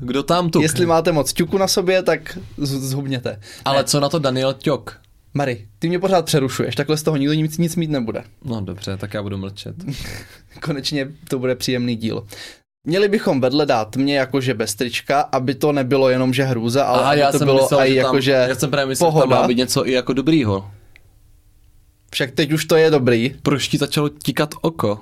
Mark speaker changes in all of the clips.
Speaker 1: Kdo tam tu?
Speaker 2: Jestli máte moc ťuku na sobě, tak z- zhubněte.
Speaker 1: Ale co na to Daniel Ťok?
Speaker 2: Mary, ty mě pořád přerušuješ, takhle z toho nikdo nic, nic mít nebude.
Speaker 1: No dobře, tak já budu mlčet.
Speaker 2: Konečně to bude příjemný díl. Měli bychom vedle dát mě jakože bez trička, aby to nebylo jenom že hrůza, ale
Speaker 1: Aha,
Speaker 2: aby
Speaker 1: já
Speaker 2: to
Speaker 1: jsem
Speaker 2: bylo
Speaker 1: myslel,
Speaker 2: aj
Speaker 1: že tam,
Speaker 2: jakože
Speaker 1: já jsem právě myslel, že tam
Speaker 2: pohoda.
Speaker 1: má být něco i jako dobrýho.
Speaker 2: Však teď už to je dobrý.
Speaker 1: Proč ti začalo tikat oko?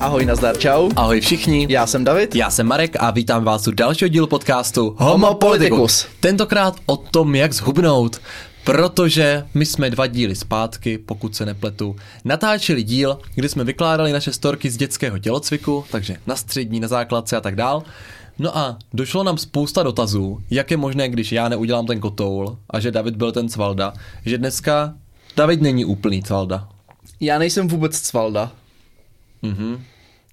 Speaker 2: Ahoj, nazdar, čau.
Speaker 1: Ahoj všichni.
Speaker 2: Já jsem David.
Speaker 1: Já jsem Marek a vítám vás u dalšího dílu podcastu Homo
Speaker 2: Homo
Speaker 1: Politicus.
Speaker 2: Politicus.
Speaker 1: Tentokrát o tom, jak zhubnout, protože my jsme dva díly zpátky, pokud se nepletu, natáčeli díl, kdy jsme vykládali naše storky z dětského tělocviku, takže na střední, na základce a tak dál. No a došlo nám spousta dotazů, jak je možné, když já neudělám ten kotoul a že David byl ten Cvalda, že dneska David není úplný Cvalda.
Speaker 2: Já nejsem vůbec Cvalda.
Speaker 1: Mhm.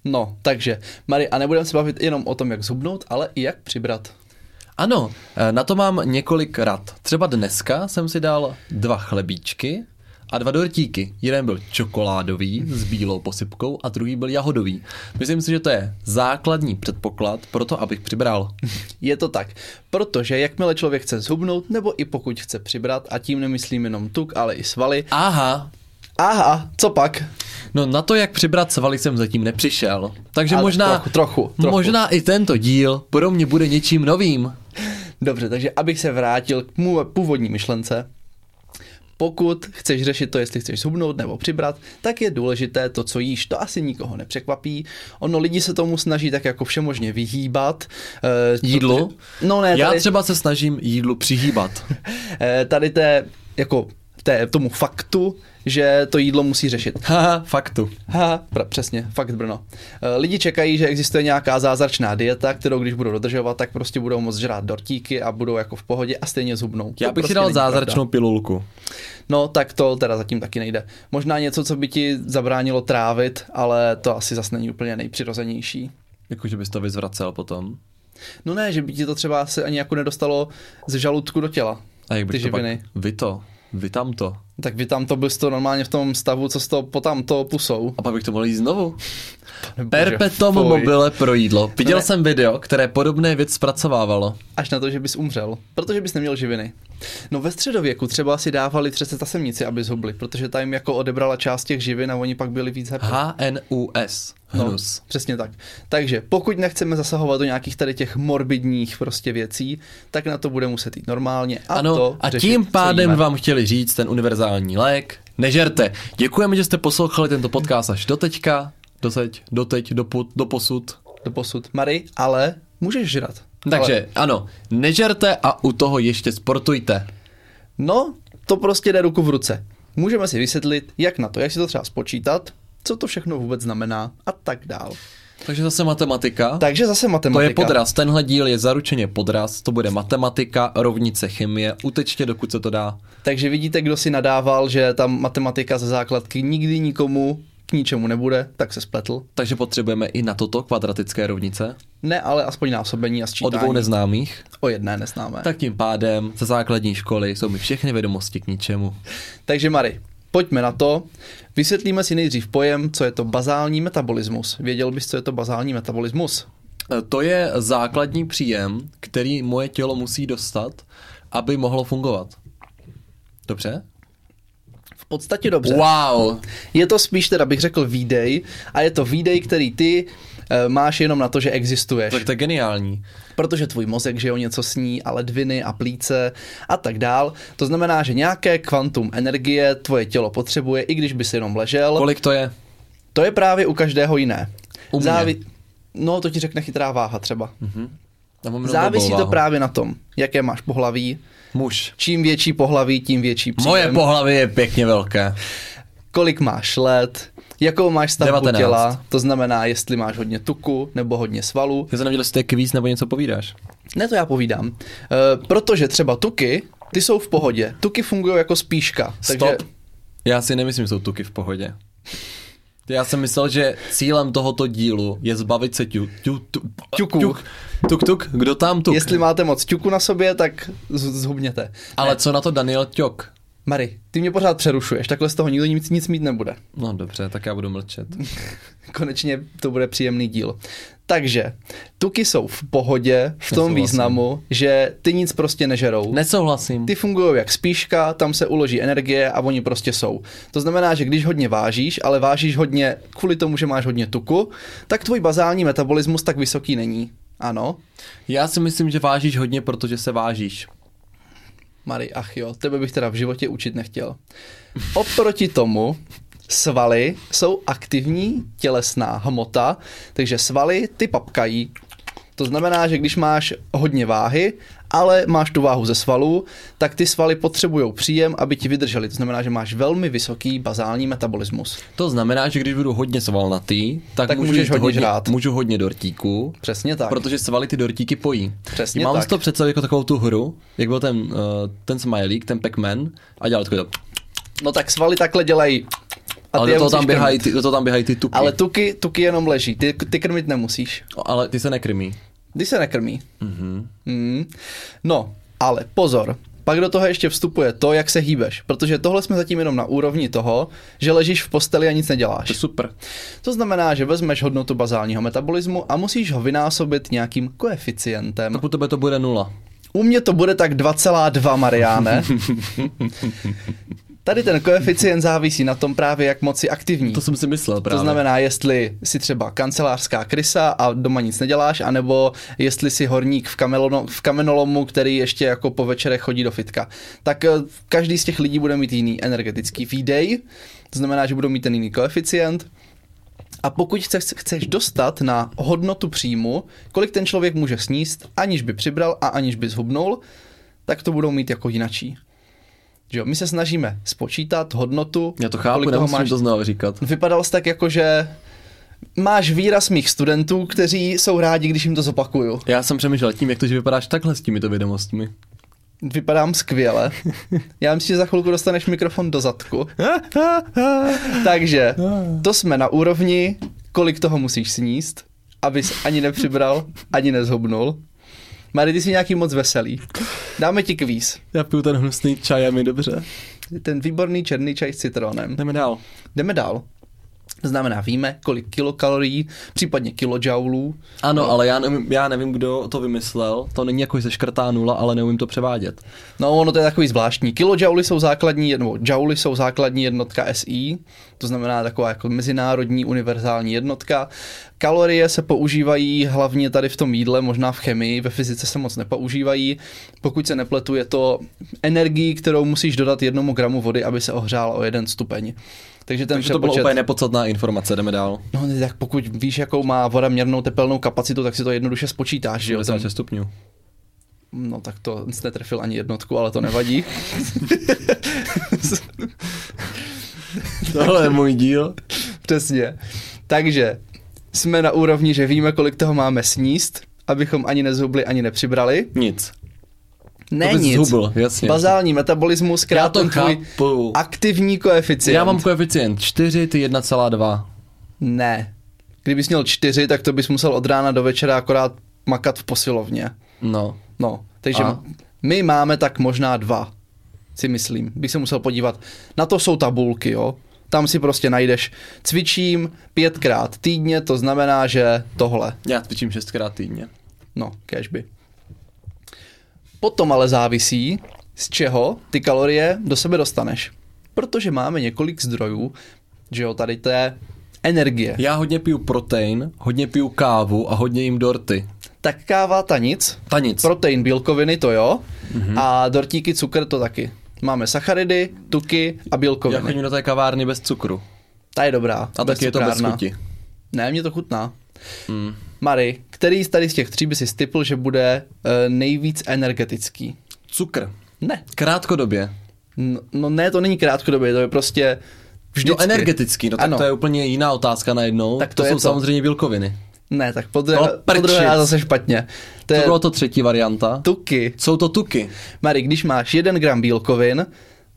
Speaker 2: No, takže, Mary, a nebudeme se bavit jenom o tom, jak zhubnout, ale i jak přibrat.
Speaker 1: Ano, eh, na to mám několik rad. Třeba dneska jsem si dal dva chlebíčky a dva dortíky. Jeden byl čokoládový s bílou posypkou a druhý byl jahodový. Myslím si, že to je základní předpoklad pro to, abych přibral.
Speaker 2: Je to tak, protože jakmile člověk chce zhubnout, nebo i pokud chce přibrat, a tím nemyslím jenom tuk, ale i svaly,
Speaker 1: Aha,
Speaker 2: aha, co pak?
Speaker 1: no na to, jak přibrat svaly, jsem zatím nepřišel. Takže
Speaker 2: Ale
Speaker 1: možná,
Speaker 2: trochu, trochu, trochu.
Speaker 1: možná i tento díl pro mě bude něčím novým.
Speaker 2: Dobře, takže abych se vrátil k mů původní myšlence, pokud chceš řešit to, jestli chceš zhubnout nebo přibrat, tak je důležité to, co jíš. To asi nikoho nepřekvapí. Ono lidi se tomu snaží tak jako všemožně vyhýbat. eh,
Speaker 1: Jídlu?
Speaker 2: protože- No ne,
Speaker 1: Já
Speaker 2: tady,
Speaker 1: třeba se snažím jídlu přihýbat.
Speaker 2: eh, tady té, jako té, tomu faktu, že to jídlo musí řešit.
Speaker 1: Haha, faktu.
Speaker 2: Ha, pra, přesně, fakt Brno. Eh, Lidi čekají, že existuje nějaká zázračná dieta, kterou když budou dodržovat, tak prostě budou moc žrát dortíky a budou jako v pohodě a stejně zhubnou.
Speaker 1: Já
Speaker 2: To
Speaker 1: bych prostě
Speaker 2: prostě
Speaker 1: si dal
Speaker 2: není pravda.
Speaker 1: zázračnou pilulku.
Speaker 2: No, tak to teda zatím taky nejde. Možná něco, co by ti zabránilo trávit, ale to asi zas není úplně nejpřirozenější.
Speaker 1: Jako, že bys to vyzvracel potom.
Speaker 2: No ne, že by ti to třeba se ani jako nedostalo z žaludku do těla.
Speaker 1: A jak
Speaker 2: Ty
Speaker 1: bych to pak...
Speaker 2: živiny.
Speaker 1: Vy to, vy tam to.
Speaker 2: Tak vy tam to byl to normálně v tom stavu, co s to potam to pusou.
Speaker 1: A pak bych to mohl jít znovu.
Speaker 2: Bože,
Speaker 1: Perpetuum
Speaker 2: fuj.
Speaker 1: mobile pro jídlo. Viděl
Speaker 2: ne.
Speaker 1: jsem video, které podobné věc zpracovávalo.
Speaker 2: Až na to, že bys umřel, protože bys neměl živiny. No ve středověku třeba si dávali třece tasemnici, aby zhubli, protože ta jim jako odebrala část těch živin a oni pak byli víc happy.
Speaker 1: HNUS. Hnus.
Speaker 2: No, přesně tak. Takže pokud nechceme zasahovat do nějakých tady těch morbidních prostě věcí, tak na to bude muset jít normálně. A
Speaker 1: ano,
Speaker 2: to
Speaker 1: a
Speaker 2: řešit,
Speaker 1: tím
Speaker 2: co
Speaker 1: pádem
Speaker 2: jíme.
Speaker 1: vám chtěli říct ten univerzální lék. Nežerte. Děkujeme, že jste poslouchali tento podcast až do teďka. Doteď, doteď, do, po, do posud.
Speaker 2: Do posud. Mary, ale můžeš žrat.
Speaker 1: Takže
Speaker 2: Ale,
Speaker 1: ano, nežerte a u toho ještě sportujte.
Speaker 2: no, to prostě jde ruku v ruce. Můžeme si vysvětlit, jak na to, jak si to třeba spočítat, co to všechno vůbec znamená a tak dál.
Speaker 1: Takže zase matematika.
Speaker 2: Takže zase
Speaker 1: To
Speaker 2: matematika.
Speaker 1: je podraz, tenhle díl je zaručeně podraz, to bude matematika, rovnice, chemie, utečte dokud se to dá.
Speaker 2: Takže vidíte, kdo si nadával, že ta matematika ze základky nikdy nikomu k ničemu nebude, tak se spletl.
Speaker 1: Takže potřebujeme i na toto kvadratické rovnice
Speaker 2: Ne, ale aspoň násobení a
Speaker 1: o
Speaker 2: sčítání.
Speaker 1: dvou neznámých.
Speaker 2: o jedné neznámé.
Speaker 1: Tak tím pádem ze základní školy jsou mi všechny vědomosti k ničemu.
Speaker 2: Takže Mary, pojďme na to. Vysvětlíme si nejdřív pojem, co je to bazální metabolismus. Věděl bys, co je to bazální metabolismus?
Speaker 1: E, To je základní příjem, který moje tělo musí dostat, aby mohlo fungovat. Dobře?
Speaker 2: V podstatě dobře.
Speaker 1: Wow!
Speaker 2: Je to spíš teda, bych řekl, výdej a je to výdej, který ty eh, máš jenom na to, že existuješ.
Speaker 1: Tak to je geniální.
Speaker 2: Protože tvůj mozek, že jo, něco sní a ledviny a plíce a tak dál. To znamená, že nějaké kvantum energie tvoje tělo potřebuje, i když by si jenom ležel.
Speaker 1: Kolik to je?
Speaker 2: To je právě u každého jiné.
Speaker 1: U mě. Mhm,
Speaker 2: No, to ti řekne chytrá váha třeba.
Speaker 1: Já mám jenom
Speaker 2: Závisí
Speaker 1: blbou
Speaker 2: to
Speaker 1: váhu.
Speaker 2: právě na tom, jaké máš pohlaví,
Speaker 1: Muž.
Speaker 2: Čím větší pohlaví, tím větší příjem.
Speaker 1: Moje pohlaví je pěkně velké.
Speaker 2: Kolik máš let, jakou máš stavbu
Speaker 1: 19.
Speaker 2: těla, to znamená, jestli máš hodně tuku nebo hodně svalů.
Speaker 1: Já jsem nevěděl, jestli to je kvíz nebo něco povídáš.
Speaker 2: Ne, to já povídám. E, protože třeba tuky, ty jsou v pohodě. Tuky fungují jako spíška.
Speaker 1: Stop. Já si nemyslím, že jsou tuky v pohodě. Já jsem myslel, že cílem tohoto dílu je zbavit se ťu, ťu, tu,
Speaker 2: Ťuků.
Speaker 1: Tuk, tuk, tuk, kdo tam tuk?
Speaker 2: Jestli máte moc tuku na sobě, tak z- zhubněte.
Speaker 1: Ale co na to Daniel Ťok?
Speaker 2: Mary, ty mě pořád přerušuješ, takhle z toho nikdo nic, nic mít nebude.
Speaker 1: No dobře, tak já budu mlčet.
Speaker 2: Konečně to bude příjemný díl. Takže, tuky jsou v pohodě v tom
Speaker 1: Nesouhlasím.
Speaker 2: významu, že ty nic prostě nežerou.
Speaker 1: Nesouhlasím.
Speaker 2: Ty fungují jak spíška, tam se uloží energie a oni prostě jsou. To znamená, že když hodně vážíš, ale vážíš hodně kvůli tomu, že máš hodně tuku, tak tvůj bazální metabolismus tak vysoký není. Ano,
Speaker 1: Já si myslím, že vážíš hodně, protože se vážíš.
Speaker 2: Mary, ach jo, tebe bych teda v životě učit nechtěl. Oproti tomu svaly jsou aktivní tělesná hmota, takže svaly ty papkají. To znamená, že když máš hodně váhy, ale máš tu váhu ze svalů, tak ty svaly potřebují příjem, aby ti vydržely. To znamená, že máš velmi vysoký bazální metabolismus.
Speaker 1: To znamená, že když budu hodně svalnatý, tak,
Speaker 2: Tak
Speaker 1: můžu
Speaker 2: můžeš
Speaker 1: jíst
Speaker 2: hodně
Speaker 1: hodně
Speaker 2: žrát.
Speaker 1: Můžu hodně dortíků,
Speaker 2: Přesně tak.
Speaker 1: protože svaly ty dortíky pojí.
Speaker 2: Přesně
Speaker 1: Mám
Speaker 2: tak.
Speaker 1: si to představit jako takovou tu hru, jak byl ten, uh, ten Smileyk, ten Pac-Man a dělal takový to.
Speaker 2: No tak svaly takhle dělají. A
Speaker 1: Ale
Speaker 2: ty
Speaker 1: do
Speaker 2: je
Speaker 1: toho,
Speaker 2: musíš
Speaker 1: tam běhají,
Speaker 2: krmit.
Speaker 1: ty, do toho tam běhají ty tuky.
Speaker 2: Ale tuky, tuky jenom leží, ty, ty krmit nemusíš.
Speaker 1: No, ale ty se nekrmí.
Speaker 2: Když se nekrmí. Mm-hmm. Mm. No, ale pozor. Pak do toho ještě vstupuje to, jak se hýbeš, protože tohle jsme zatím jenom na úrovni toho, že ležíš v posteli a nic
Speaker 1: To je
Speaker 2: neděláš.
Speaker 1: super.
Speaker 2: To znamená, že vezmeš hodnotu bazálního metabolismu a musíš ho vynásobit nějakým koeficientem.
Speaker 1: Tak u No, tebe to bude nula.
Speaker 2: U mě to bude tak 2,2, Mariáne. Tady ten koeficient závisí na tom právě, jak moc jsi aktivní.
Speaker 1: To jsem si myslel právě.
Speaker 2: To znamená, jestli si třeba kancelářská krysa a doma nic neděláš, anebo jestli si horník v, kamelono, v kamenolomu, který ještě jako po večerech chodí do fitka. Tak eh, každý z těch lidí bude mít jiný energetický výdej, to znamená, že budou mít ten jiný koeficient. A pokud se chce- chceš dostat na hodnotu příjmu, kolik ten člověk může sníst, aniž by přibral a aniž by zhubnul, tak to budou mít jako jinačí. Že jo, my se snažíme spočítat hodnotu,
Speaker 1: Já to chápu,
Speaker 2: kolik toho
Speaker 1: nemusím
Speaker 2: máš
Speaker 1: to znovu říkat.
Speaker 2: Vypadal jsi tak jako, že máš výraz mých studentů, kteří jsou rádi, když jim to zopakuju.
Speaker 1: Já jsem přemýšlel tím, jak to, že vypadáš takhle s těmito vědomostmi.
Speaker 2: Vypadám skvěle. Já myslím, že za chvilku dostaneš mikrofon do zadku. Takže to jsme na úrovni, kolik toho musíš sníst, abys ani nepřibral, ani nezhubnul. Mary, ty jsi nějaký moc veselý. Dáme ti kvíz.
Speaker 1: Já piju ten hnusný čaj a mi dobře.
Speaker 2: Ten výborný černý čaj s citronem.
Speaker 1: Jdeme dál.
Speaker 2: Jdeme dál. To znamená, víme, kolik kilokalorií, případně kilojoulů
Speaker 1: Ano, ale já nevím, já nevím, kdo to vymyslel. To není jako, že se škrtá nula, ale neumím to převádět.
Speaker 2: No, ono to je takový zvláštní. Kilojouly jsou základní, jedno- nebo jouly jsou základní jednotka SI, to znamená taková jako mezinárodní univerzální jednotka. Kalorie se používají hlavně tady v tom jídle, možná v chemii, ve fyzice se moc nepoužívají. Pokud se nepletu, je to energii, kterou musíš dodat jednomu gramu vody, aby se ohřál o jeden stupeň. Takže ten
Speaker 1: Takže to byla
Speaker 2: přepočet-
Speaker 1: úplně nepodstatná informace, jdeme dál.
Speaker 2: No, tak pokud víš, jakou má voda měrnou tepelnou kapacitu, tak si to jednoduše spočítáš, že jo? Ten-
Speaker 1: 96 stupňů.
Speaker 2: No tak to jsi netrefil ani jednotku, ale to nevadí.
Speaker 1: Tohle je můj díl.
Speaker 2: Přesně. Takže jsme na úrovni, že víme, kolik toho máme sníst, abychom ani nezhubli, ani nepřibrali.
Speaker 1: Nic.
Speaker 2: Ne
Speaker 1: to bys
Speaker 2: nic.
Speaker 1: Zhubil, jasně.
Speaker 2: Bazální metabolismus,
Speaker 1: Já
Speaker 2: krát
Speaker 1: to
Speaker 2: ten tvůj
Speaker 1: chápu.
Speaker 2: aktivní koeficient.
Speaker 1: Já mám koeficient 4, ty 1,2.
Speaker 2: Ne. Kdybys měl čtyři, tak to bys musel od rána do večera akorát makat v posilovně.
Speaker 1: No.
Speaker 2: No, takže
Speaker 1: A?
Speaker 2: my máme tak možná dva, si myslím. Bych se musel podívat. Na to jsou tabulky, jo. Tam si prostě najdeš cvičím pětkrát týdně, to znamená, že tohle.
Speaker 1: Já cvičím šestkrát týdně.
Speaker 2: No, cashby. Potom ale závisí, z čeho ty kalorie do sebe dostaneš. Protože máme několik zdrojů, že jo, tady té energie.
Speaker 1: Já hodně piju protein, hodně piju kávu a hodně jim dorty.
Speaker 2: Tak káva ta nic,
Speaker 1: Ta nic.
Speaker 2: protein, bílkoviny, to jo,
Speaker 1: Mhm.
Speaker 2: a dortíky, cukr, to taky. Máme sacharidy, tuky a
Speaker 1: Já
Speaker 2: bílkoviny.
Speaker 1: chodím do té kavárny bez cukru.
Speaker 2: Ta je dobrá.
Speaker 1: A taky je to bez
Speaker 2: bezcukrárna.
Speaker 1: chuti.
Speaker 2: Ne, mě to chutná.
Speaker 1: Mm.
Speaker 2: Mary, který z tady z těch tří by si stypl, že bude eh, nejvíc energetický?
Speaker 1: Cukr.
Speaker 2: Ne,
Speaker 1: Krátkodobě.
Speaker 2: No, no ne, to není krátkodobě, to je prostě vždycky.
Speaker 1: No energetický, no tak
Speaker 2: Ano.
Speaker 1: to je úplně jiná otázka najednou.
Speaker 2: Tak
Speaker 1: Tak to,
Speaker 2: to
Speaker 1: to
Speaker 2: je
Speaker 1: jsou
Speaker 2: to.
Speaker 1: samozřejmě bílkoviny.
Speaker 2: Ne, tak podruhé,
Speaker 1: No,
Speaker 2: no, podruhé já
Speaker 1: prčic.
Speaker 2: zase špatně. To
Speaker 1: To
Speaker 2: je
Speaker 1: bylo to třetí varianta.
Speaker 2: tuky.
Speaker 1: Jsou to tuky.
Speaker 2: Mary, když máš 1 gram bílkovin,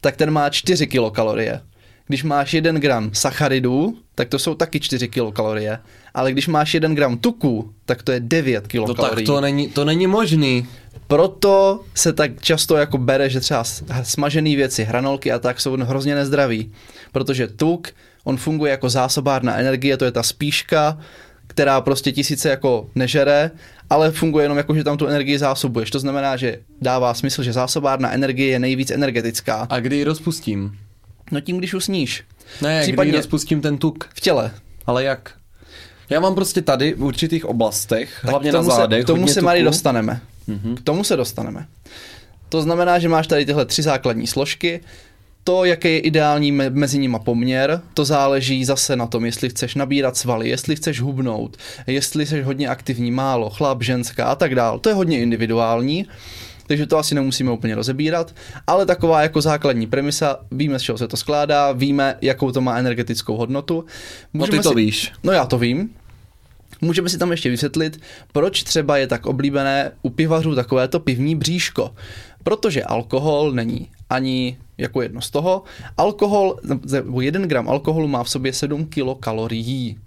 Speaker 2: tak ten má 4 kilokalorie. když máš 1 gram sacharidů, tak to jsou taky 4 kilokalorie, ale když máš 1 gram tuku, tak to je 9
Speaker 1: No tak
Speaker 2: kilokalorií.
Speaker 1: to není, to není možný.
Speaker 2: Proto se tak často jako bere, že třeba s- smažené věci, hranolky a tak jsou hrozně nezdraví. Protože tuk, on funguje jako zásobárna energie, to je ta spíška, která prostě tisíce jako nežere, ale funguje jenom jako, že tam tu energii zásobuješ. To znamená, že dává smysl, že zásobárna energie je nejvíc energetická.
Speaker 1: A kdy ji rozpustím?
Speaker 2: No tím, když usníš.
Speaker 1: Ne, Případně...
Speaker 2: Případně-
Speaker 1: kdy rozpustím ten tuk.
Speaker 2: V těle.
Speaker 1: Ale jak? Já mám prostě tady v určitých oblastech, tak hlavně
Speaker 2: k tomu
Speaker 1: na zádech,
Speaker 2: Se, k tomu
Speaker 1: hodně
Speaker 2: se, Mary,
Speaker 1: tuku. Mhm.
Speaker 2: dostaneme. K tomu se dostaneme. To znamená, že máš tady tyhle tři základní složky. To, jaký je ideální me- mezi nimi poměr, to záleží zase na tom, jestli chceš nabírat svaly, jestli chceš hubnout, jestli jsi hodně aktivní, málo, chlap, ženská a tak dál. To je hodně individuální, takže to asi nemusíme úplně rozebírat, ale taková jako základní premisa, víme, z čeho se to skládá, víme, jakou to má energetickou hodnotu.
Speaker 1: No ty
Speaker 2: Můžeme
Speaker 1: to
Speaker 2: si-
Speaker 1: víš.
Speaker 2: No já to vím. Můžeme si tam ještě vysvětlit, proč třeba je tak oblíbené u pivařů takovéto pivní bříško. Protože alkohol není ani jako jedno z toho. Alkohol, nebo jeden gram alkoholu má v sobě 7 kilokalorií.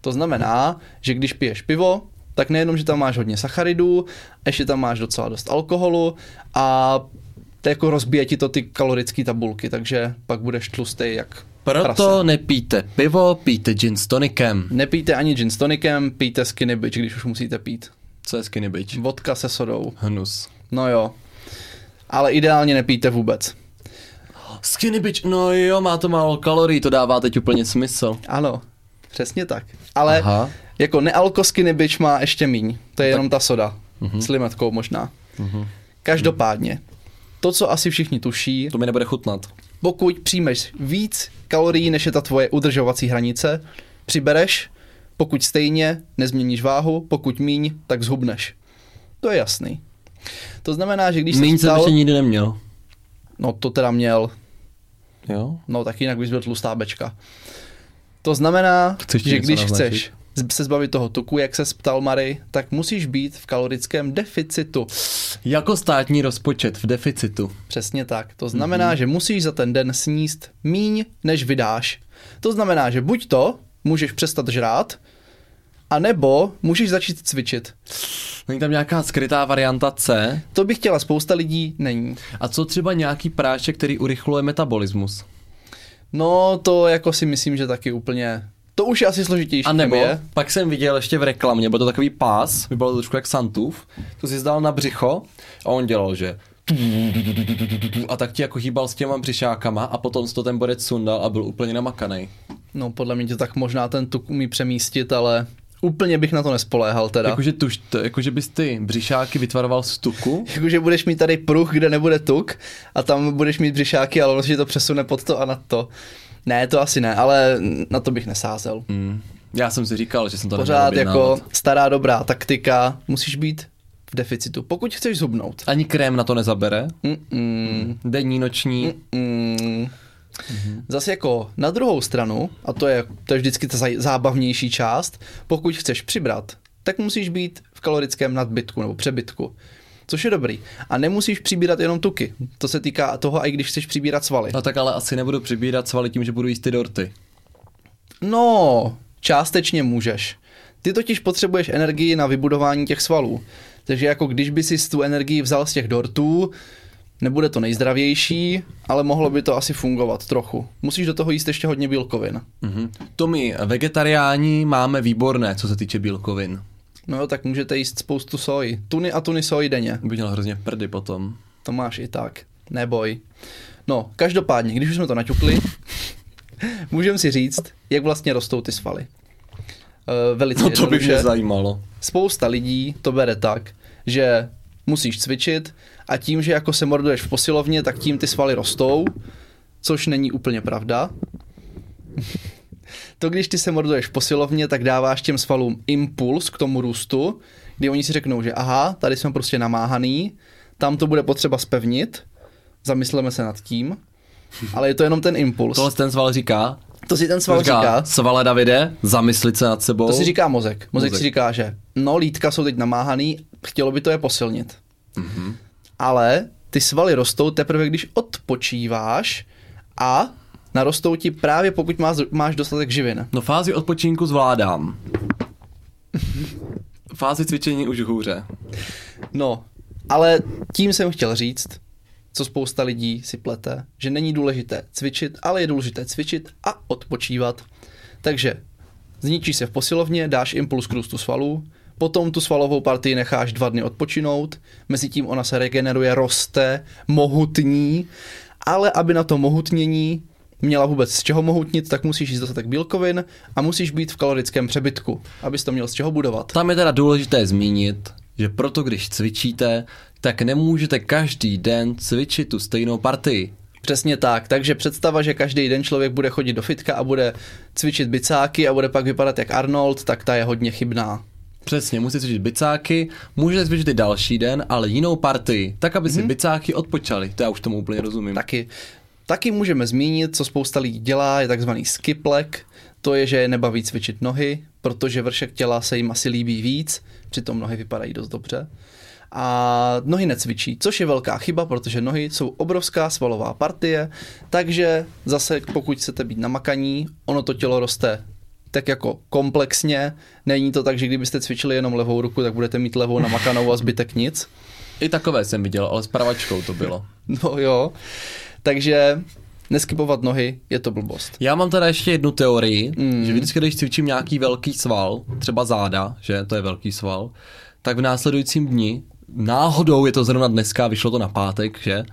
Speaker 2: To znamená, že když piješ pivo, tak nejenom, že tam máš hodně sacharidů, ještě tam máš docela dost alkoholu a to jako rozbije ti to ty kalorické tabulky, takže pak budeš tlustý jak
Speaker 1: Proto
Speaker 2: prase.
Speaker 1: nepijte pivo, pijte gin s tonikem.
Speaker 2: Nepijte ani gin s tonikem, pijte skinny bitch, když už musíte pít.
Speaker 1: Co je skinny bitch?
Speaker 2: Vodka se sodou.
Speaker 1: Hnus.
Speaker 2: No jo. Ale ideálně nepijte vůbec.
Speaker 1: Skinny bitch, no jo, má to málo kalorií, to dává teď úplně smysl.
Speaker 2: Ano, přesně tak. Ale Aha.
Speaker 1: Aha.
Speaker 2: jako nealko skinny bitch má ještě míň. To je jenom ta soda. S limetkou možná. Každopádně, to, co asi všichni tuší,
Speaker 1: To mi nebude chutnat.
Speaker 2: pokud přijmeš víc kalorií, než je ta tvoje udržovací hranice, přibereš, pokud stejně nezměníš váhu, pokud míň, tak zhubneš. To je jasný. To znamená, že když se
Speaker 1: Míň jsem
Speaker 2: ptal,
Speaker 1: ještě nikdy neměl.
Speaker 2: no to teda měl,
Speaker 1: Jo?
Speaker 2: no tak jinak bys byl tlustá bečka. To znamená,
Speaker 1: Chceš tím
Speaker 2: že
Speaker 1: něco
Speaker 2: když
Speaker 1: naznačit?
Speaker 2: chceš z- se zbavit toho tuku, jak se ptal Mary, tak musíš být v kalorickém deficitu.
Speaker 1: Jako státní rozpočet v deficitu.
Speaker 2: Přesně tak.
Speaker 1: Mhm.
Speaker 2: To znamená, mm-hmm. že musíš za ten den sníst míň, než vydáš. To znamená, že buď to můžeš přestat žrát, anebo můžeš začít cvičit.
Speaker 1: Není tam nějaká skrytá varianta C?
Speaker 2: To by chtěla spousta lidí, není.
Speaker 1: A co třeba nějaký prášek, který urychluje metabolismus?
Speaker 2: No, to jako si myslím, že taky úplně... To už je asi složitější.
Speaker 1: A nebo,
Speaker 2: chemie.
Speaker 1: pak jsem viděl ještě v reklamě, byl to takový pás, vypadalo to trošku jak Santův, to si zdal na břicho a on dělal, že a tak ti jako hýbal s těma břišákama a potom si to ten borec sundal a byl úplně namakaný.
Speaker 2: No, podle mě to tak možná ten tuk umí přemístit, ale úplně bych na to nespoléhal teda.
Speaker 1: Jakože, tuž, to, jakože bys ty břišáky vytvaroval z tuku,
Speaker 2: Jakože budeš mít tady pruh, kde nebude tuk a tam budeš mít břišáky, ale ono se ti to přesune pod to a nad to. Ne, to asi ne, ale na to bych nesázel.
Speaker 1: Hmm. Já jsem si říkal, že jsem to
Speaker 2: Pořád
Speaker 1: neměl
Speaker 2: jako
Speaker 1: objednávat.
Speaker 2: stará dobrá taktika, musíš být v deficitu, pokud chceš zubnout.
Speaker 1: Ani krém na to nezabere.
Speaker 2: Mm-mm,
Speaker 1: Denní, noční.
Speaker 2: mm. Zase jako na druhou stranu, a to je, to je vždycky ta zaj- zábavnější část, pokud chceš přibrat, tak musíš být v kalorickém nadbytku nebo přebytku. Což je dobrý. A nemusíš přibírat jenom tuky. To se týká toho, i když chceš přibírat svaly.
Speaker 1: No tak ale asi nebudu přibírat svaly tím, že budu jíst ty dorty.
Speaker 2: No, částečně můžeš. Ty totiž potřebuješ energii na vybudování těch svalů. Takže jako když by si tu energii vzal z těch dortů, nebude to nejzdravější, ale mohlo by to asi fungovat trochu. Musíš do toho jíst ještě hodně bílkovin.
Speaker 1: Mhm. To my vegetariáni máme výborné, co se týče bílkovin.
Speaker 2: No jo, tak můžete jíst spoustu soji. Tuny a tuny soji denně.
Speaker 1: By měl hrozně prdy potom.
Speaker 2: To máš i tak. Neboj. No, každopádně, když už jsme to naťukli, můžeme si říct, jak vlastně rostou ty svaly. Eh, Velice
Speaker 1: No to by mě
Speaker 2: jednoduše.
Speaker 1: zajímalo.
Speaker 2: spousta lidí to bere tak, že musíš cvičit a tím, že jako se morduješ v posilovně, tak tím ty svaly rostou, což není úplně pravda. To, když ty se morduješ v posilovně, tak dáváš těm svalům impuls k tomu růstu, kdy oni si řeknou, že aha, tady jsme prostě namáhaný, tam to bude potřeba spevnit, zamysleme se nad tím, ale je to jenom ten impuls. To,
Speaker 1: Tohle ten sval říká.
Speaker 2: to si ten sval
Speaker 1: říká,
Speaker 2: říká.
Speaker 1: Svale Davide, zamyslit se nad sebou.
Speaker 2: To si říká mozek. mozek. Mozek
Speaker 1: Mozek.
Speaker 2: si říká, že no, lítka jsou teď namáhaný, chtělo by to je posilnit. Mm-hmm. Ale ty svaly rostou teprve, když odpočíváš a narostou ti právě pokud máš, máš dostatek živin.
Speaker 1: No fázi odpočinku zvládám. Fázi cvičení už hůře.
Speaker 2: No, ale tím jsem chtěl říct, co spousta lidí si plete, že není důležité cvičit, ale je důležité cvičit a odpočívat. Takže zničíš se v posilovně, dáš impuls k růstu svalů, potom tu svalovou partii necháš dva dny odpočinout, mezi tím ona se regeneruje, roste, mohutní, ale aby na to mohutnění měla vůbec z čeho mohutnit, tak musíš jíst dostatek bílkovin a musíš být v kalorickém přebytku, abys to měl z čeho budovat.
Speaker 1: Tam je teda důležité zmínit, že proto když cvičíte, tak nemůžete každý den cvičit tu stejnou partii.
Speaker 2: Přesně tak, takže představa, že každý den člověk bude chodit do fitka a bude cvičit bicáky a bude pak vypadat jak Arnold, tak ta je hodně chybná.
Speaker 1: Přesně, musíte cvičit bicáky, můžete cvičit i další den, ale jinou partii, tak aby si bicáky odpočaly. To já už tomu úplně rozumím.
Speaker 2: Taky, taky můžeme zmínit, co spousta lidí dělá, je takzvaný skiplek, to je, že je nebaví cvičit nohy, protože vršek těla se jim asi líbí víc, přitom nohy vypadají dost dobře. A nohy necvičí, což je velká chyba, protože nohy jsou obrovská svalová partie, takže zase pokud chcete být namakaní, ono to tělo roste tak jako komplexně, není to tak, že kdybyste cvičili jenom levou ruku, tak budete mít levou namakanou a zbytek nic.
Speaker 1: I takové jsem viděl, ale s pravačkou to bylo.
Speaker 2: No jo, takže neskipovat nohy je to blbost.
Speaker 1: Já mám teda ještě jednu teorii, mm. že vždycky, když cvičím nějaký velký sval, třeba záda, že to je velký sval, tak v následujícím dni, náhodou je to zrovna dneska, vyšlo to na pátek, že,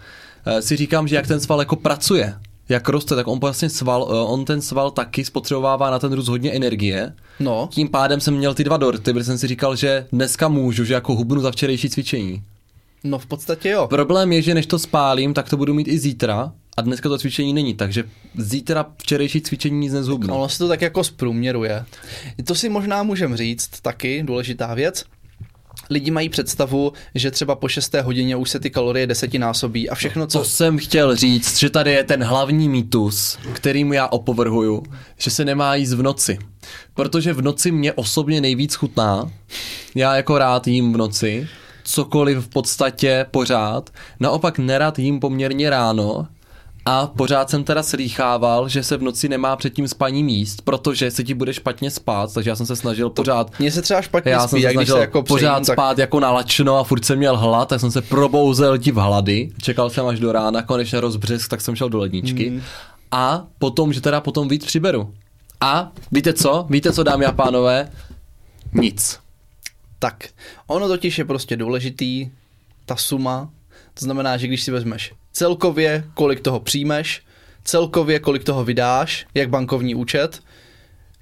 Speaker 1: eh, si říkám, že jak ten sval jako pracuje, jak roste, tak on vlastně sval, eh, on ten sval taky spotřebovává na ten růst hodně energie.
Speaker 2: No,
Speaker 1: Tím pádem jsem měl ty dva dorty, protože jsem si říkal, že dneska můžu, že jako hubnu za včerejší cvičení.
Speaker 2: no v podstatě jo.
Speaker 1: Problém je, že než to spálím, tak to budu mít i zítra a dneska to cvičení není, takže zítra včerejší cvičení nic nezhubnu.
Speaker 2: Ono se to tak jako zprůměruje. To si možná můžem říct taky, důležitá věc. Lidi mají představu, že třeba po 6. hodině už se ty kalorie desetinásobí a všechno, co...
Speaker 1: Co jsem chtěl říct, že tady je ten hlavní mýtus, kterým já opovrhuju, že se nemá jíst v noci. Protože v noci mě osobně nejvíc chutná, já jako rád jím v noci, cokoliv v podstatě pořád, naopak nerad jím poměrně ráno a pořád jsem teda slýchával, že se v noci nemá před tím spaním jíst, protože se ti bude špatně spát, takže já jsem se snažil pořád
Speaker 2: Mně se třeba špatně
Speaker 1: já
Speaker 2: spí,
Speaker 1: jsem se
Speaker 2: jak když
Speaker 1: snažil
Speaker 2: se jako
Speaker 1: pořád
Speaker 2: přejím, tak...
Speaker 1: spát jako na lačno a furt jsem měl hlad, tak jsem se probouzel ti v hlady. Čekal jsem až do rána, konečně rozbřesk, tak jsem šel do ledničky.
Speaker 2: Hmm.
Speaker 1: Mm. A potom, že teda potom víc přiberu. A víte co? Víte co, dámy a pánové? Nic.
Speaker 2: Tak, ono totiž je prostě důležitý, ta suma, to znamená, že když si vezmeš celkově, kolik toho přijmeš, celkově, kolik toho vydáš, jak bankovní účet,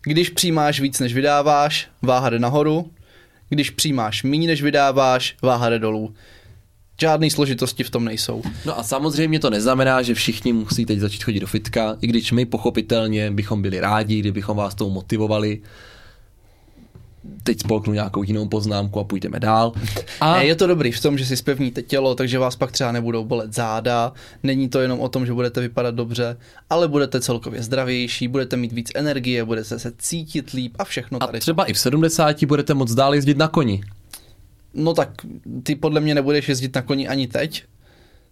Speaker 2: když přijímáš víc, než vydáváš, váha jde nahoru, když přijímáš méně, než vydáváš, váha jde dolů. Žádné složitosti v tom nejsou.
Speaker 1: No a samozřejmě to neznamená, že všichni musí teď začít chodit do fitka, i když my pochopitelně bychom byli rádi, kdybychom vás tou motivovali. Teď spolknu nějakou jinou poznámku a půjdeme dál. A
Speaker 2: A... Je to dobrý v tom, že si spevníte tělo, takže vás pak třeba nebudou bolet záda, není to jenom o tom, že budete vypadat dobře, ale budete celkově zdravější, budete mít víc energie, budete se cítit líp a všechno
Speaker 1: A
Speaker 2: tady.
Speaker 1: třeba i v 70 budete moc dál jezdit na koni.
Speaker 2: No tak ty podle mě nebudeš jezdit na koni ani teď,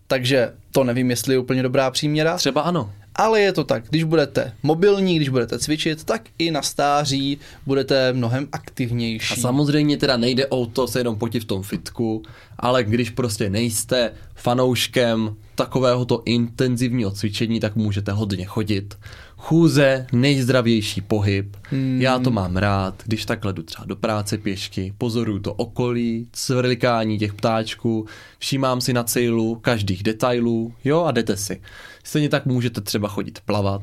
Speaker 2: takže to nevím, jestli je úplně dobrá příměra.
Speaker 1: Třeba ano.
Speaker 2: Ale je to tak, když budete mobilní, když budete cvičit, tak i na stáří budete mnohem
Speaker 1: A
Speaker 2: aktivnější.
Speaker 1: samozřejmě teda nejde o to se jenom potit v tom fitku, ale když prostě nejste fanouškem takovéhoto intenzivního cvičení, tak můžete hodně chodit. Chůze, nejzdravější pohyb. Hmm. Já to mám rád, když takhle jdu třeba do práce pěšky, pozoruju to okolí, cvrlikání těch ptáčků, všímám si na cejlu každých detailů, jo a jdete si. Stejně tak můžete třeba chodit plavat,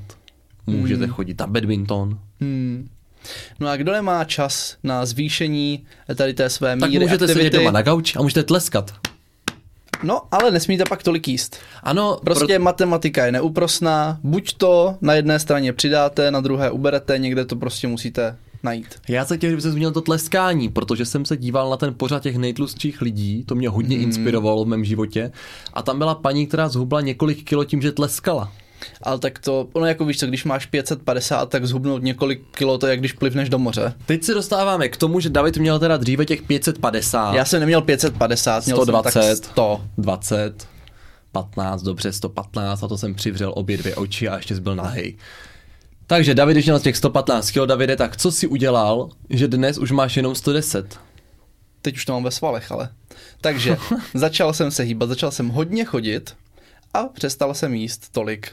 Speaker 1: můžete hmm. chodit na badminton,
Speaker 2: Hmm. No a kdo nemá čas na zvýšení tady té své
Speaker 1: Tak
Speaker 2: míry
Speaker 1: můžete
Speaker 2: aktivity,
Speaker 1: sedět doma na gauči a můžete tleskat.
Speaker 2: No, ale nesmíte pak tolik jíst.
Speaker 1: Ano,
Speaker 2: Prostě Pro... matematika je neúprosná, buď to na jedné straně přidáte, na druhé uberete, někde to prostě musíte najít.
Speaker 1: já se těším, že jsem zmínil to tleskání, protože jsem se díval na ten pořad těch nejtlustších lidí, to mě hodně mm. inspirovalo v mém životě. A tam byla paní, která zhubla několik kilo tím, že tleskala.
Speaker 2: Ale tak to, ono jako víš co, když máš 550, tak zhubnout několik kilo, to je jak když plivneš do moře.
Speaker 1: Teď se dostáváme k tomu, že David měl teda dříve těch 550,
Speaker 2: Já jsem neměl 550, měl
Speaker 1: 120.
Speaker 2: jsem tak 100.
Speaker 1: 20. 15, dobře 115 a to jsem přivřel obě dvě oči a ještě zbyl nahej. Takže David, když měl těch 115 kg, Davide, tak co si udělal, že dnes už máš jenom 110?
Speaker 2: Teď už to mám ve svalech, ale. Takže začal jsem se hýbat, začal jsem hodně chodit a přestal jsem jíst tolik.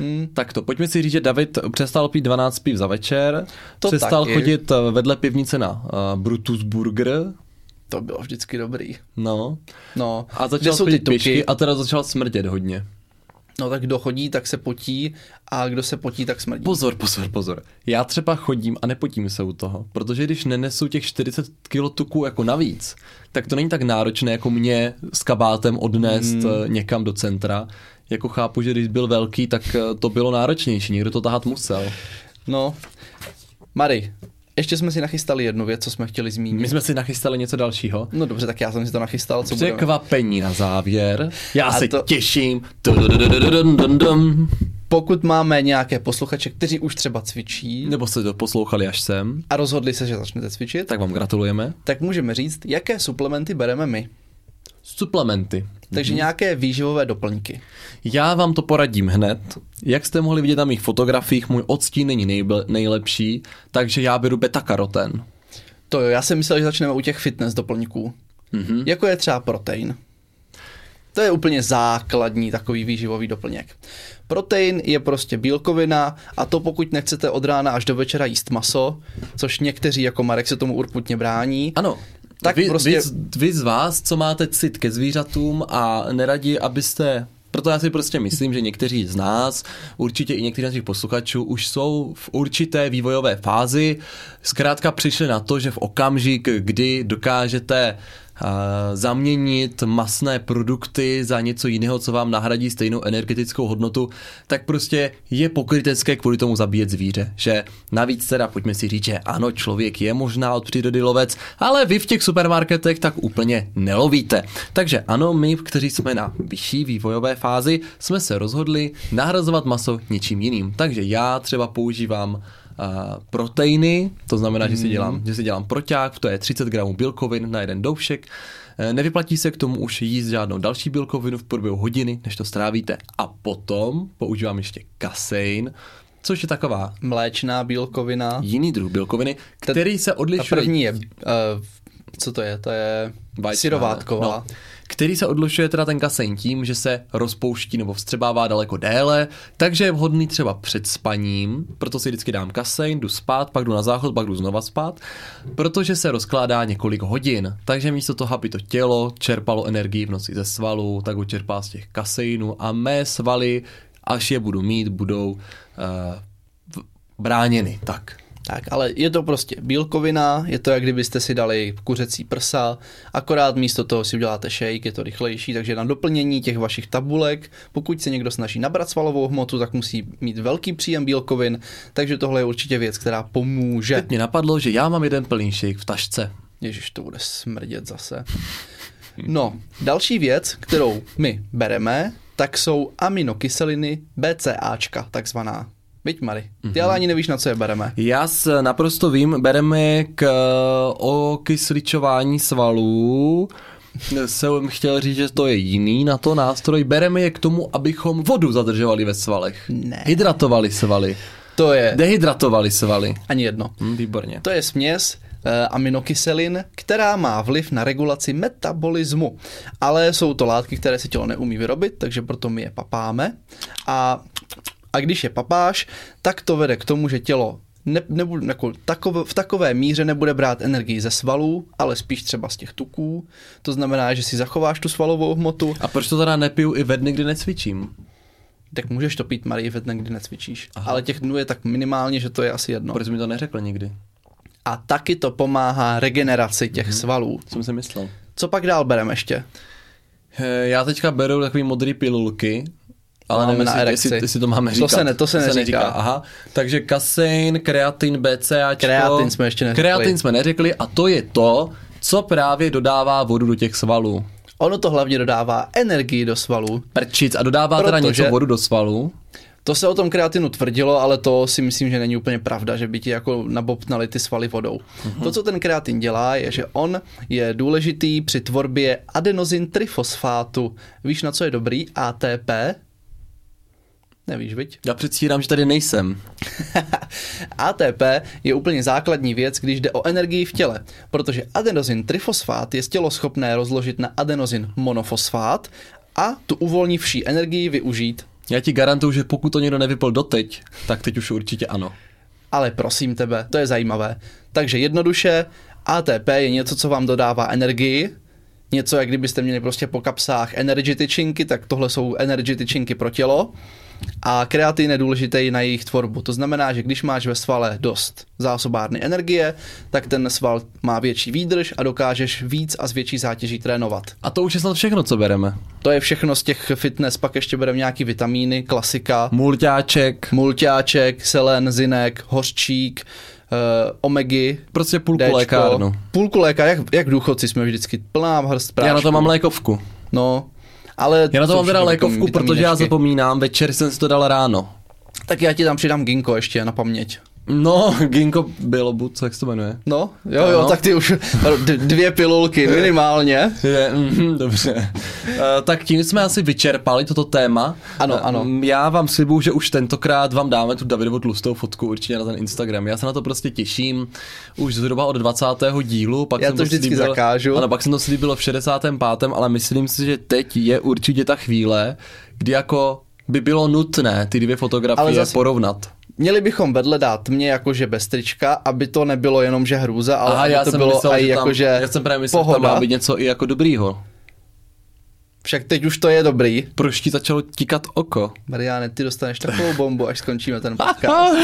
Speaker 2: Hm,
Speaker 1: Tak to, pojďme si říct, že David přestal pít 12 piv za večer,
Speaker 2: To
Speaker 1: přestal
Speaker 2: taky.
Speaker 1: chodit eh, vedle pivnice na uh, Brutus Burger,
Speaker 2: to bylo vždycky dobrý.
Speaker 1: no,
Speaker 2: No,
Speaker 1: a
Speaker 2: kde
Speaker 1: začal
Speaker 2: jsou ty
Speaker 1: chodit
Speaker 2: tuky?
Speaker 1: pěšky a teda začal smrdět hodně.
Speaker 2: No tak kdo chodí, tak se potí a kdo se potí, tak smrdí.
Speaker 1: Pozor, pozor, pozor. Já třeba chodím a nepotím se u toho, protože když nenesu těch 40 kg tuků jako navíc, tak to není tak náročné jako mě s kabátem odnést eh, někam do centra. Jako chápu, že když byl velký, tak eh, to bylo náročnější, někdo to tahat musel.
Speaker 2: No, Mary, ještě jsme si nachystali jednu věc, co jsme chtěli zmínit.
Speaker 1: My jsme si nachystali něco dalšího.
Speaker 2: No dobře, tak já jsem si to nachystal, co budeme...
Speaker 1: Překvapení na závěr. Já
Speaker 2: A
Speaker 1: se
Speaker 2: to-
Speaker 1: těším. Tududududududum.
Speaker 2: Pokud máme nějaké posluchače, kteří už třeba cvičí
Speaker 1: Nebo jste to poslouchali až sem,
Speaker 2: a rozhodli se, že začnete cvičit, tak,
Speaker 1: tak vám gratulujeme.
Speaker 2: tak můžeme říct, jaké suplementy bereme my.
Speaker 1: Suplementy.
Speaker 2: Takže nějaké výživové doplňky.
Speaker 1: Já vám to poradím hned. Jak jste mohli vidět na mých fotografiích, můj odstín není nejbe- nejlepší, takže já beru beta-karoten.
Speaker 2: To jo, já jsem myslel, že začneme u těch fitness doplňků.
Speaker 1: Mhm.
Speaker 2: Mm-hmm. Jako je třeba protein. To je úplně základní takový výživový doplněk. Protein je prostě bílkovina a to pokud nechcete od rána až do večera jíst maso, což někteří jako Marek se tomu urputně brání.
Speaker 1: Ano,
Speaker 2: Tak
Speaker 1: vy,
Speaker 2: prostě-
Speaker 1: vy, z- vy z vás, co máte cit ke zvířatům a neradi, abyste... Proto já si prostě myslím, že někteří z nás, určitě i někteří z našich posluchačů, už jsou v určité vývojové fázi. Zkrátka přišli na to, že v okamžik, kdy dokážete eh, zaměnit masné produkty za něco jiného, co vám nahradí stejnou energetickou hodnotu, tak prostě je pokrytecké kvůli tomu zabíjet zvíře. Že navíc teda pojďme si říct, že ano, člověk je možná od přírody lovec, ale vy v těch supermarketech tak úplně nelovíte. Takže ano, my, kteří jsme na vyšší vývojové fázi, jsme se rozhodli nahrazovat maso něčím jiným. Takže já třeba používám Uh, proteiny, to znamená,
Speaker 2: Hmm.
Speaker 1: že si dělám, že si dělám proťák, to je 30 gramů bílkovin na jeden doušek. Eh, Nevyplatí se k tomu už jíst žádnou další bílkovinu v průběhu hodiny, než to strávíte. A potom používám ještě kasein, což je taková
Speaker 2: Mléčná bílkovina.
Speaker 1: jiný druh bílkoviny, který se
Speaker 2: Ta
Speaker 1: odlišuje
Speaker 2: první je, uh, co to je, to je
Speaker 1: Vaječná,
Speaker 2: syrovátková.
Speaker 1: No, který se odlišuje teda ten kasein tím, že se rozpouští nebo vstřebává daleko déle, takže je vhodný třeba před spaním, proto si vždycky dám kasein, jdu spát, pak jdu na záchod, pak jdu znova spát, protože se rozkládá několik hodin, takže místo toho, aby to tělo čerpalo energii v noci ze svalů, tak ho čerpá z těch kaseinů a mé svaly, až je budu mít, budou uh, bráněny. Tak.
Speaker 2: Tak, ale je to prostě bílkovina, je to jak kdybyste si dali kuřecí prsa, akorát místo toho si uděláte shake, je to rychlejší, takže na doplnění těch vašich tabulek, pokud se někdo snaží nabrat svalovou hmotu, tak musí mít velký příjem bílkovin, takže tohle je určitě věc, která pomůže.
Speaker 1: Mě napadlo, že já mám jeden plný šejk v tašce.
Speaker 2: Ježiš, to bude smrdět zase. No, další věc, kterou my bereme, tak jsou aminokyseliny BCAčka, takzvaná. Viď, Mary, ty ale ani nevíš, na co je bereme.
Speaker 1: Já s, naprosto vím, bereme je k eh, okysličování svalů. Jsem chtěl říct, že to je jiný na to nástroj. Bereme je k tomu, abychom vodu zadržovali ve svalech.
Speaker 2: Ne.
Speaker 1: Hydratovali svaly.
Speaker 2: To je
Speaker 1: Dehydratovali svaly.
Speaker 2: ani jedno.
Speaker 1: Hm, výborně.
Speaker 2: To je směs eh, aminokyselin, která má vliv na regulaci metabolismu. Ale jsou to látky, které se tělo neumí vyrobit, takže proto my je papáme. A, a když je papáš, tak to vede k tomu, že tělo ne, nebude, jako takové, v takové míře nebude brát energii ze svalů, ale spíš třeba z těch tuků. To znamená, že si zachováš tu svalovou hmotu,
Speaker 1: A proč to teda nepiju i ve dny, kdy necvičím?
Speaker 2: tak můžeš to pít Marie ve dne, kdy necvičíš. Aha. Ale těch dnů je tak minimálně, že to je asi jedno.
Speaker 1: Proč mi to neřekl nikdy?
Speaker 2: A taky to pomáhá regeneraci těch svalů.
Speaker 1: Co jsem si myslel?
Speaker 2: Co pak dál bereme ještě?
Speaker 1: Eh, Já teďka beru takový modrý pilulky, ale
Speaker 2: Máme
Speaker 1: nevím,
Speaker 2: na
Speaker 1: jestli,
Speaker 2: erekci.
Speaker 1: jestli, jestli, to máme
Speaker 2: To
Speaker 1: říkat.
Speaker 2: se ne- to se neříká.
Speaker 1: Aha, takže kasein, kreatin, BCAčko.
Speaker 2: Kreatin jsme ještě neřekli.
Speaker 1: Kreatin jsme neřekli a to je to, co právě dodává vodu do těch svalů.
Speaker 2: Ono to hlavně dodává energii do svalů,
Speaker 1: Prčic a dodává teda
Speaker 2: Protože-
Speaker 1: něco vodu do svalů.
Speaker 2: To se o tom kreatinu tvrdilo, ale to si myslím, že není úplně pravda, že by ti jako nabobtnali ty svaly vodou. Mm-hmm. To, co ten kreatin dělá, je, že on je důležitý při tvorbě adenozin trifosfátu. Víš, na co je dobrý? ATP? Nevíš, viď?
Speaker 1: Já předstírám, že tady nejsem.
Speaker 2: ATP je úplně základní věc, když jde o energii v těle, protože adenozin trifosfát je tělo schopné rozložit na adenozin monofosfát a tu uvolní vší energii využít.
Speaker 1: Já ti garantuju, že pokud to někdo nevypil doteď, tak teď už určitě ano.
Speaker 2: Ale prosím tebe, to je zajímavé. Takže jednoduše, ATP je něco, co vám dodává energii, něco, jak kdybyste měli prostě po kapsách energy tyčinky, tak tohle jsou energy tyčinky pro tělo a kreatin je důležitý na jejich tvorbu. To znamená, že když máš ve svale dost zásobárny energie, tak ten sval má větší výdrž a dokážeš víc a s větší zátěží trénovat.
Speaker 1: A to už je snad všechno, co bereme.
Speaker 2: To je všechno z těch fitness, pak ještě bereme nějaký vitamíny, klasika,
Speaker 1: Mulťáček,
Speaker 2: mulťáček, selen, zinek, hořčík, uh, omegy,
Speaker 1: prostě půlku
Speaker 2: Dčko,
Speaker 1: lékárnu.
Speaker 2: půlku léka, jak, jak důchodci jsme vždycky, plná hrst prášku.
Speaker 1: Já na to mám lékovku.
Speaker 2: No, ale jako
Speaker 1: Já na to
Speaker 2: jsou
Speaker 1: mám teda
Speaker 2: všechno
Speaker 1: lékovku,
Speaker 2: vitamín-
Speaker 1: protože já
Speaker 2: vitamínečky.
Speaker 1: zapomínám, večer jsem si to dal ráno.
Speaker 2: Tak já ti tam přidám ginko ještě na paměť.
Speaker 1: No, Ginko Bilobu, co jak se to jmenuje?
Speaker 2: No, jo, jo,
Speaker 1: Ano.
Speaker 2: tak ty už d- dvě pilulky minimálně.
Speaker 1: Je, mm, dobře. Eh, tak tím jsme asi vyčerpali toto téma.
Speaker 2: Ano,
Speaker 1: Eh,
Speaker 2: ano.
Speaker 1: m, Já vám slibuju, že už tentokrát vám dáme tu Davidovu tlustou fotku určitě na ten Instagram. Já se na to prostě těším. Už zhruba od 20. dílu. Pak
Speaker 2: Já
Speaker 1: jsem
Speaker 2: to vždycky
Speaker 1: slíbil,
Speaker 2: zakážu.
Speaker 1: Ano, pak jsem to slíbil v 65. ale myslím si, že teď je určitě ta chvíle, kdy jako by bylo nutné ty dvě fotografie
Speaker 2: Ale zas-
Speaker 1: porovnat.
Speaker 2: Měli bychom vedle dát mě jakože bez trička, aby to nebylo jenom, že hrůza, ale
Speaker 1: Aha,
Speaker 2: aby
Speaker 1: já
Speaker 2: to
Speaker 1: jsem
Speaker 2: bylo
Speaker 1: myslel,
Speaker 2: aj
Speaker 1: že tam,
Speaker 2: jakože
Speaker 1: já jsem právě myslel, že tam
Speaker 2: pohoda.
Speaker 1: má být něco i jako dobrýho.
Speaker 2: Však teď už to je dobrý.
Speaker 1: Proč ti začalo tikat oko?
Speaker 2: Mariáne, ty dostaneš takovou bombu, až skončíme ten podcast.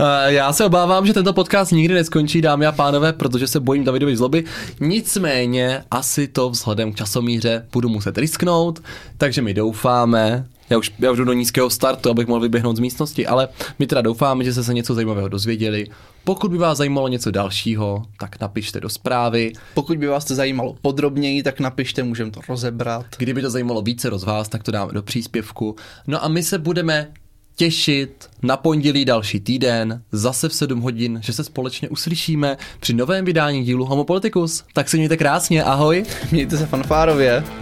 Speaker 1: Eh, Já se obávám, že tento podcast nikdy neskončí, dámy a pánové, protože se bojím Davidovy zloby. Nicméně, asi to vzhledem k časomíře budu muset risknout, takže my doufáme, já už, já už jdu do nízkého startu, abych mohl vyběhnout z místnosti, ale my teda doufáme, že jste se něco zajímavého dozvěděli. Pokud by vás zajímalo něco dalšího, tak napište do zprávy.
Speaker 2: Pokud by vás to zajímalo podrobněji, tak napište, můžeme to rozebrat.
Speaker 1: Kdyby to zajímalo více z vás, tak to dáme do příspěvku. No a my se budeme těšit na pondělí další týden, zase v 7 hodin, že se společně uslyšíme při novém vydání dílu Homo Politicus. Tak se mějte krásně, ahoj!
Speaker 2: Mějte se fanfárově.